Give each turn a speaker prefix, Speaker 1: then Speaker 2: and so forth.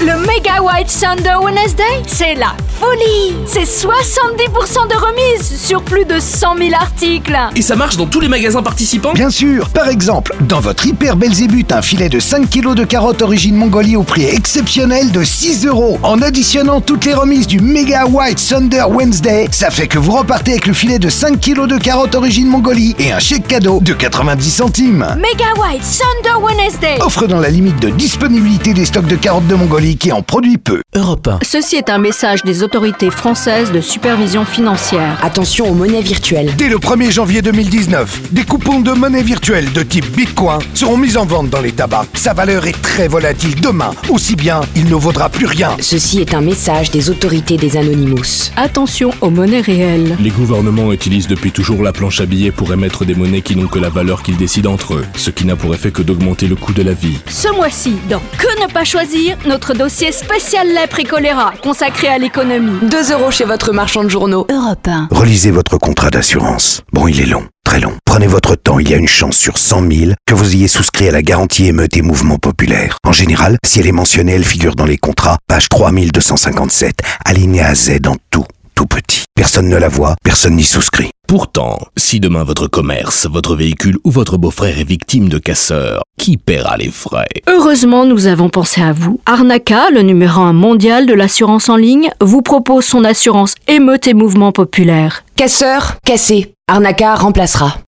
Speaker 1: Le Mega White Sunday Wednesday, c'est la folie C'est 70% de remise sur plus de 100 000 articles
Speaker 2: Et ça marche dans tous les magasins participants
Speaker 3: Bien sûr, par exemple, dans votre hyper Belzébuth, un filet de 5 kg de carottes origine Mongolie au prix exceptionnel de 6 euros. En additionnant toutes les remises du Mega White Thunder Wednesday, ça fait que vous repartez avec le filet de 5 kg de carottes origine Mongolie et un chèque cadeau de 90 centimes.
Speaker 1: Mega White Sunday Wednesday
Speaker 3: Offre dans la limite de disponibilité des stocks de carottes de Mongolie qui en produit peu.
Speaker 2: Europe 1.
Speaker 4: Ceci est un message des autorités françaises de supervision financière.
Speaker 5: Attention aux monnaies virtuelles.
Speaker 3: Dès le 1er janvier 2019, des coupons de monnaie virtuelle de type Bitcoin seront mis en vente dans les tabacs. Sa valeur est très volatile demain, aussi bien il ne vaudra plus rien.
Speaker 5: Ceci est un message des autorités des Anonymous.
Speaker 4: Attention aux monnaies réelles.
Speaker 6: Les gouvernements utilisent depuis toujours la planche à billets pour émettre des monnaies qui n'ont que la valeur qu'ils décident entre eux, ce qui n'a pour effet que d'augmenter le coût de la vie.
Speaker 1: Ce mois-ci, dans Que ne pas choisir, notre dossier spécial lèpre et choléra, consacré à l'économie.
Speaker 5: 2 euros chez votre marchand de journaux.
Speaker 4: Europe 1.
Speaker 3: Relisez votre contrat d'assurance. Bon, il est long, très long. Prenez votre temps, il y a une chance sur 100 000 que vous ayez souscrit à la garantie émeute et mouvement populaire. En général, si elle est mentionnée, elle figure dans les contrats, page 3257, alinéa Z en tout, tout petit. Personne ne la voit, personne n'y souscrit.
Speaker 6: Pourtant, si demain votre commerce, votre véhicule ou votre beau-frère est victime de casseurs, qui paiera les frais
Speaker 4: Heureusement, nous avons pensé à vous. Arnaca, le numéro 1 mondial de l'assurance en ligne, vous propose son assurance émeute et mouvement populaire.
Speaker 5: Casseur, cassé. Arnaca remplacera.